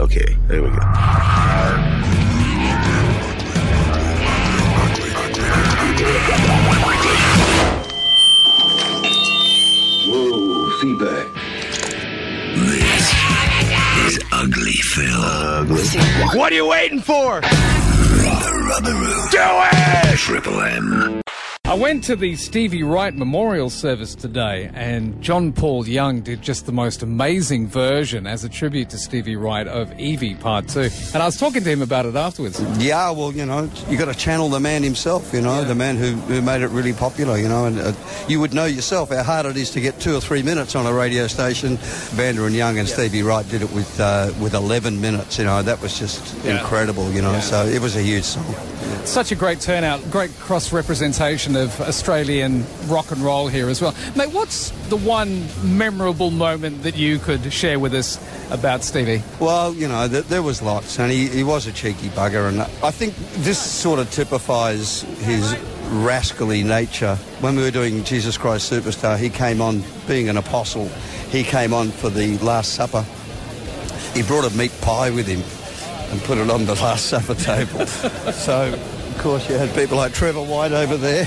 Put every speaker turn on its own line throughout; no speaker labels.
Okay, there we go.
Whoa, feedback.
This is Ugly Phil.
What are you waiting for?
The Rubberoo.
Do it!
Triple M.
I went to the Stevie Wright memorial service today, and John Paul Young did just the most amazing version as a tribute to Stevie Wright of Evie Part 2. And I was talking to him about it afterwards.
Yeah, well, you know, you got to channel the man himself, you know, the man who, who made it really popular, you know, and uh, you would know yourself how hard it is to get two or three minutes on a radio station. Vander and Young and Stevie Wright did it with uh, with 11 minutes, you know, that was just incredible, you know, so it was a huge song.
Such a great turnout, great cross representation of Australian rock and roll here as well. Mate, what's the one memorable moment that you could share with us about Stevie?
Well, you know, th- there was lots, and he, he was a cheeky bugger, and I think this sort of typifies his rascally nature. When we were doing Jesus Christ Superstar, he came on being an apostle. He came on for the Last Supper. He brought a meat pie with him and put it on the Last Supper table. so, of course, you had people like Trevor White over there,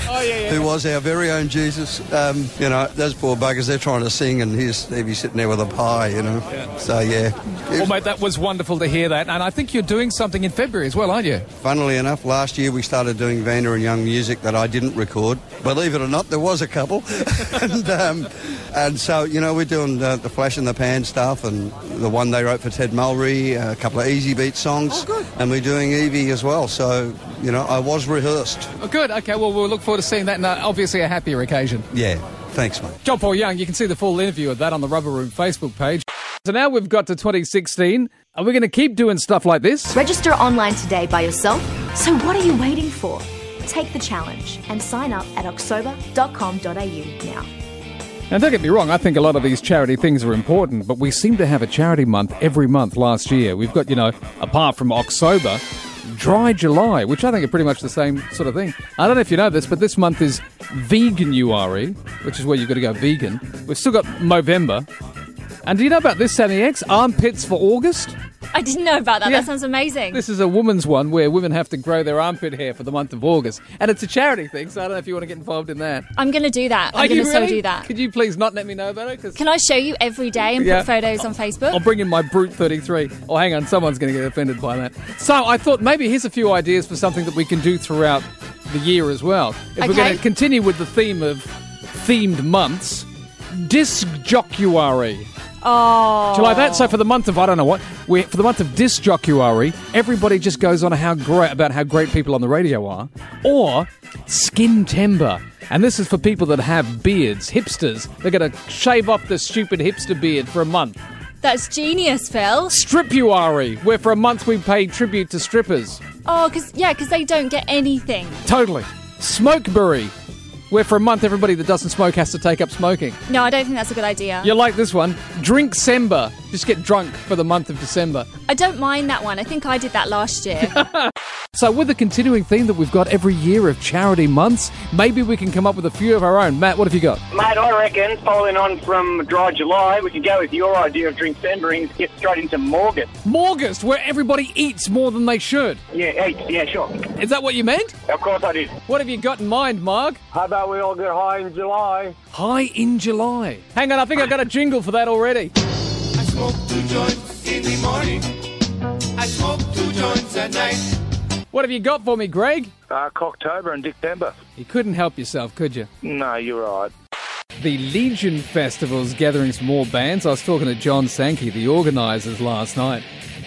who was our very own Jesus. Um, you know, those poor buggers, they're trying to sing, and here's Stevie sitting there with a pie, you know. So, yeah. It
Well,
was-
mate, that was wonderful to hear that. And I think you're doing something in February as well, aren't you?
Funnily enough, last year we started doing Vander and Young music that I didn't record. Believe it or not, there was a couple. and, um, and so, you know, we're doing uh, the Flash in the Pan stuff and the one they wrote for Ted Mulry, uh, a couple of Easy Beat songs. And we're doing Evie as well. So, you know, I was rehearsed.
Oh, good. Okay, well, we'll look forward to seeing that. And uh, obviously, a happier occasion.
Yeah. Thanks, mate.
John Paul Young, you can see the full interview of that on the Rubber Room Facebook page. So now we've got to 2016. Are we going to keep doing stuff like this?
Register online today by yourself. So what are you waiting for? Take the challenge and sign up at oxober.com.au now.
And don't get me wrong, I think a lot of these charity things are important, but we seem to have a charity month every month last year. We've got, you know, apart from October, Dry July, which I think are pretty much the same sort of thing. I don't know if you know this, but this month is Vegan URE, which is where you've got to go vegan. We've still got Movember. And do you know about this, Sandy X? Armpits for August?
I didn't know about that.
Yeah.
That sounds amazing.
This is a woman's one where women have to grow their armpit hair for the month of August. And it's a charity thing, so I don't know if you want to get involved in that.
I'm going to do that. I'm
you
going to so
really?
do that.
Could you please not let me know about it? 'Cause
Can I show you every day and
Yeah. Um,
put photos on Facebook?
I'll bring in my Brute 33. Oh, hang on, someone's going to get offended by that. So I thought maybe here's a few ideas for something that we can do throughout the year as well. If we're
Okay.
going to continue with the theme of themed months, disc jockery. Do you like that? So for the month of I don't know what, we for the month of disc jockery, everybody just goes on how great about how great people on the radio are, or skin timber. And this is for people that have beards, hipsters. They're going to shave off the stupid hipster beard for a month.
That's genius, Phil.
Stripuary, where for a month we pay tribute to strippers.
Oh, because yeah, because they don't get anything.
Totally. Smokeberry, where for a month everybody that doesn't smoke has to take up smoking.
No, I don't think that's a good idea.
You like this one? Drink Sember. Just get drunk for the month of December.
I don't mind that one. I think I did that last year.
So, with the continuing theme that we've got every year of charity months, maybe we can come up with a few of our own. Matt, what have you got?
Mate, I reckon, following on from Dry July, we could go with your idea of drink and get straight into Morgan.
Morgast, where everybody eats more than they should.
Yeah, eight, yeah, sure.
Is that what you meant?
Of course I did.
What have you got in mind, Marg?
How about we all get high in July?
High in July. Hang on, I think I've got a jingle for that already.
I smoke two joints in the morning. I smoke two joints at night.
What have you got for me, Greg?
Uh, Cocktober and December.
You couldn't help yourself, could you?
No, you're right.
The Legion Festival's gathering some more bands. I was talking to John Sankey, the organisers, last night.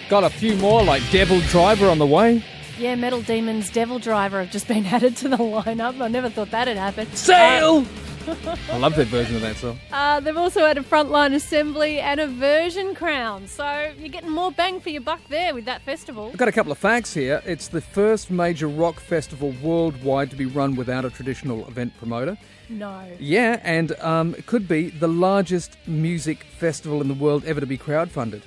Got a few more, like Devil Driver on the way.
Yeah, Metal Demon's Devil Driver have just been added to the lineup. I never thought that had happened.
Sail! I love their version of that song.
Uh, they've also had a frontline assembly and a version crown. So you're getting more bang for your buck there with that festival.
I've got a couple of facts here. It's the first major rock festival worldwide to be run without a traditional event promoter.
No.
Yeah, and um, it could be the largest music festival in the world ever to be crowdfunded.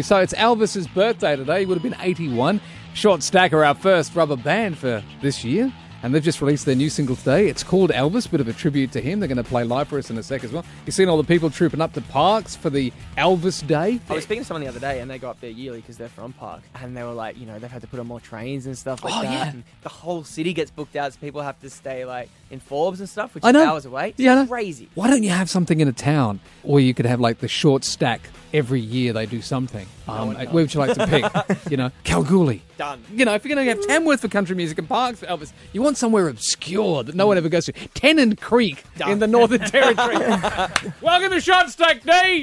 So it's Elvis's birthday today. He would have been 81. Short Stack are our first rubber band for this year. And they've just released their new single today. It's called Elvis, bit of a tribute to him. They're going to play live for us in a sec as well. You've seen all the people trooping up to parks for the Elvis Day.
I was speaking to someone the other day, and they go up there yearly because they're from Park, and they were like, you know, they've had to put on more trains and stuff like
Oh,
that.
yeah.
And the whole city gets booked out, so people have to stay like in Forbes and stuff, which
I know.
is hours away. It's
Yeah, I know.
crazy.
Why don't you have something in a town? Or you could have like the short stack. Every year they do something. Um, where would you like to pick? you know, Kalgoorlie.
Done.
You know, if you're going to have Tamworth for country music and Parks for Elvis, you want somewhere obscure that no one ever goes to. Tennant Creek in the Northern Territory. Welcome to Short Stack Day.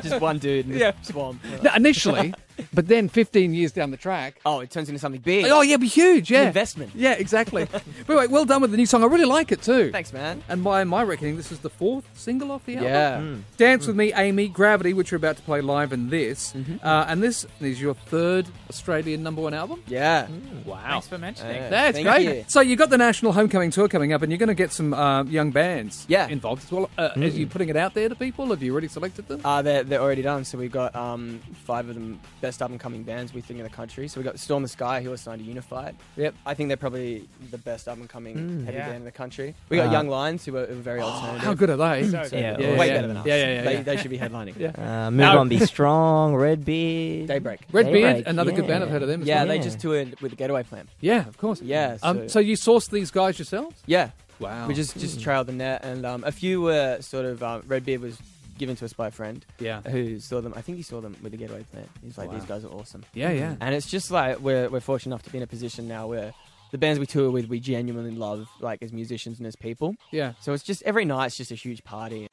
Just one dude in the
Yeah.
swamp.
No, initially, but then 15 years down the track.
Oh, it turns into something big.
Oh, yeah, it'd be huge,
An
yeah.
investment.
Yeah, exactly. but anyway, well done with the new song. I really like it too.
Thanks, man.
And by my reckoning, this is the fourth single off the album.
Yeah.
Hmm.
Mm.
Dance with Me, Amy, Gravity, which we're about to play live, and this.
Mm-hmm.
Uh, and this is your third Australian number one album.
Yeah.
Wow.
for mentioning.
Yeah,
That's
thank
great.
you.
So you got the National Homecoming Tour coming up, and you're going to get some uh, young bands
Yeah.
involved as well. Uh, Are you
Hmm.
putting it out there to people? Have you already selected them?
Uh, they're, they're already done. So we've got um, five of them best up and coming bands we think in the country. So we've got Storm the Sky, who are signed to Unified.
Yep. Hmm.
I think they're probably the best up and coming heavy
Yeah.
band in the country. We got
Uh, oh,
Young Lions, who are, who are very alternative.
How good are they?
So good. Yeah,
way
yeah.
better than us.
Yeah, yeah, yeah,
They,
yeah.
they should be headlining. yeah.
Uh, move
No.
on, be strong. Red beard.
Daybreak.
Red
Daybreak,
Beard, another good band. I've heard of them. as
Yeah,
well.
they
Yeah.
just toured with the Getaway Plan.
yeah, of course.
Yeah. So,
Um, so you sourced these guys yourselves?
yeah,
Wow. Hmm.
we just just trailed the net, and um, a few were sort of um, Red Beard was given to us by a friend
yeah,
who saw them. I think he saw them with the Getaway Plan. He's like, these guys are awesome.
yeah, yeah.
And it's just like we're, we're fortunate enough to be in a position now where the bands we tour with we genuinely love, like as musicians and as people.
Yeah.
So it's just every night's just a huge party.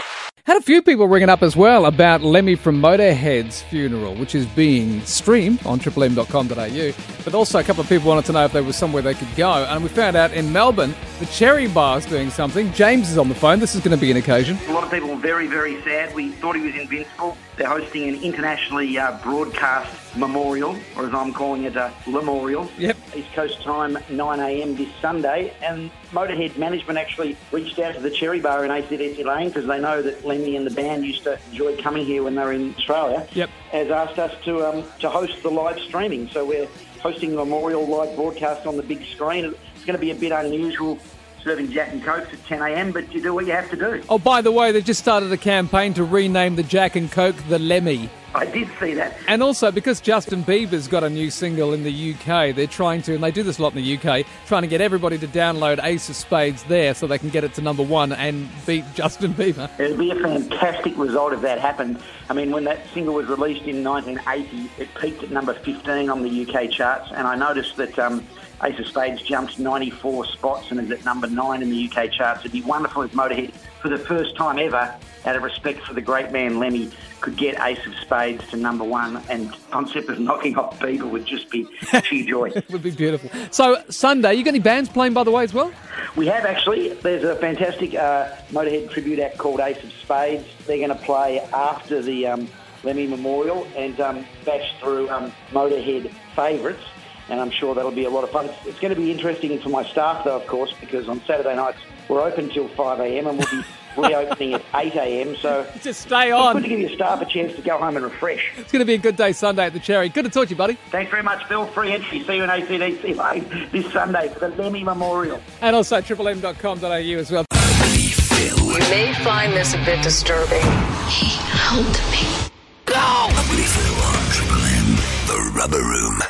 Had a few people ringing up as well about Lemmy from Motorhead's funeral, which is being streamed on triplem.com.au. But also, a couple of people wanted to know if there was somewhere they could go. And we found out in Melbourne, the Cherry Bar's doing something. James is on the phone. This is going to be an occasion.
A lot of people very, very sad. We thought he was invincible. They're hosting an internationally uh, broadcast memorial, or as I'm calling it, a memorial.
Yep.
East Coast time, 9 a.m. this Sunday. And Motorhead management actually reached out to the Cherry Bar in ACDC Lane because they know that Lemmy and the band used to enjoy coming here when they were in Australia.
Yep.
Has asked us to um, to host the live streaming. So we're hosting a memorial live broadcast on the big screen. It's going to be a bit unusual serving Jack and Cokes at 10 a.m., but you do what you have to do.
Oh, by the way, they just started a campaign to rename the Jack and Coke the Lemmy.
I did see that.
And also, because Justin Bieber's got a new single in the UK, they're trying to, and they do this a lot in the UK, trying to get everybody to download Ace of Spades there so they can get it to number one and beat Justin Bieber.
It would be a fantastic result if that happened. I mean, when that single was released in 1980, it peaked at number 15 on the UK charts, and I noticed that um, Ace of Spades jumped 94 spots and is at number 9 in the UK charts. It'd be wonderful if Motorhead, for the first time ever, out of respect for the great man Lemmy, could get Ace of Spades to number 1, and concept of knocking off Beagle would just be sheer joy.
It would be beautiful. So Sunday, you got any bands playing by the way as well?
We have actually. There's a fantastic uh, Motorhead tribute act called Ace of Spades. They're going to play after the um, Lemmy Memorial and um, bash through um, Motorhead favourites. And I'm sure that'll be a lot of fun. It's going to be interesting for my staff, though, of course, because on Saturday nights we're open till 5 a.m. and we'll be reopening at 8 a.m. So
Just stay
it's
on.
good to give your staff a chance to go home and refresh.
It's going to be a good day Sunday at the Cherry. Good to talk to you, buddy.
Thanks very much, Bill. Free entry. See you in ACDC Lane this Sunday for the Lemmy Memorial.
And also triplem.com.au as well.
You may find this a bit disturbing. He held me.
Ugly Phil on Triple M, The Rubber Room.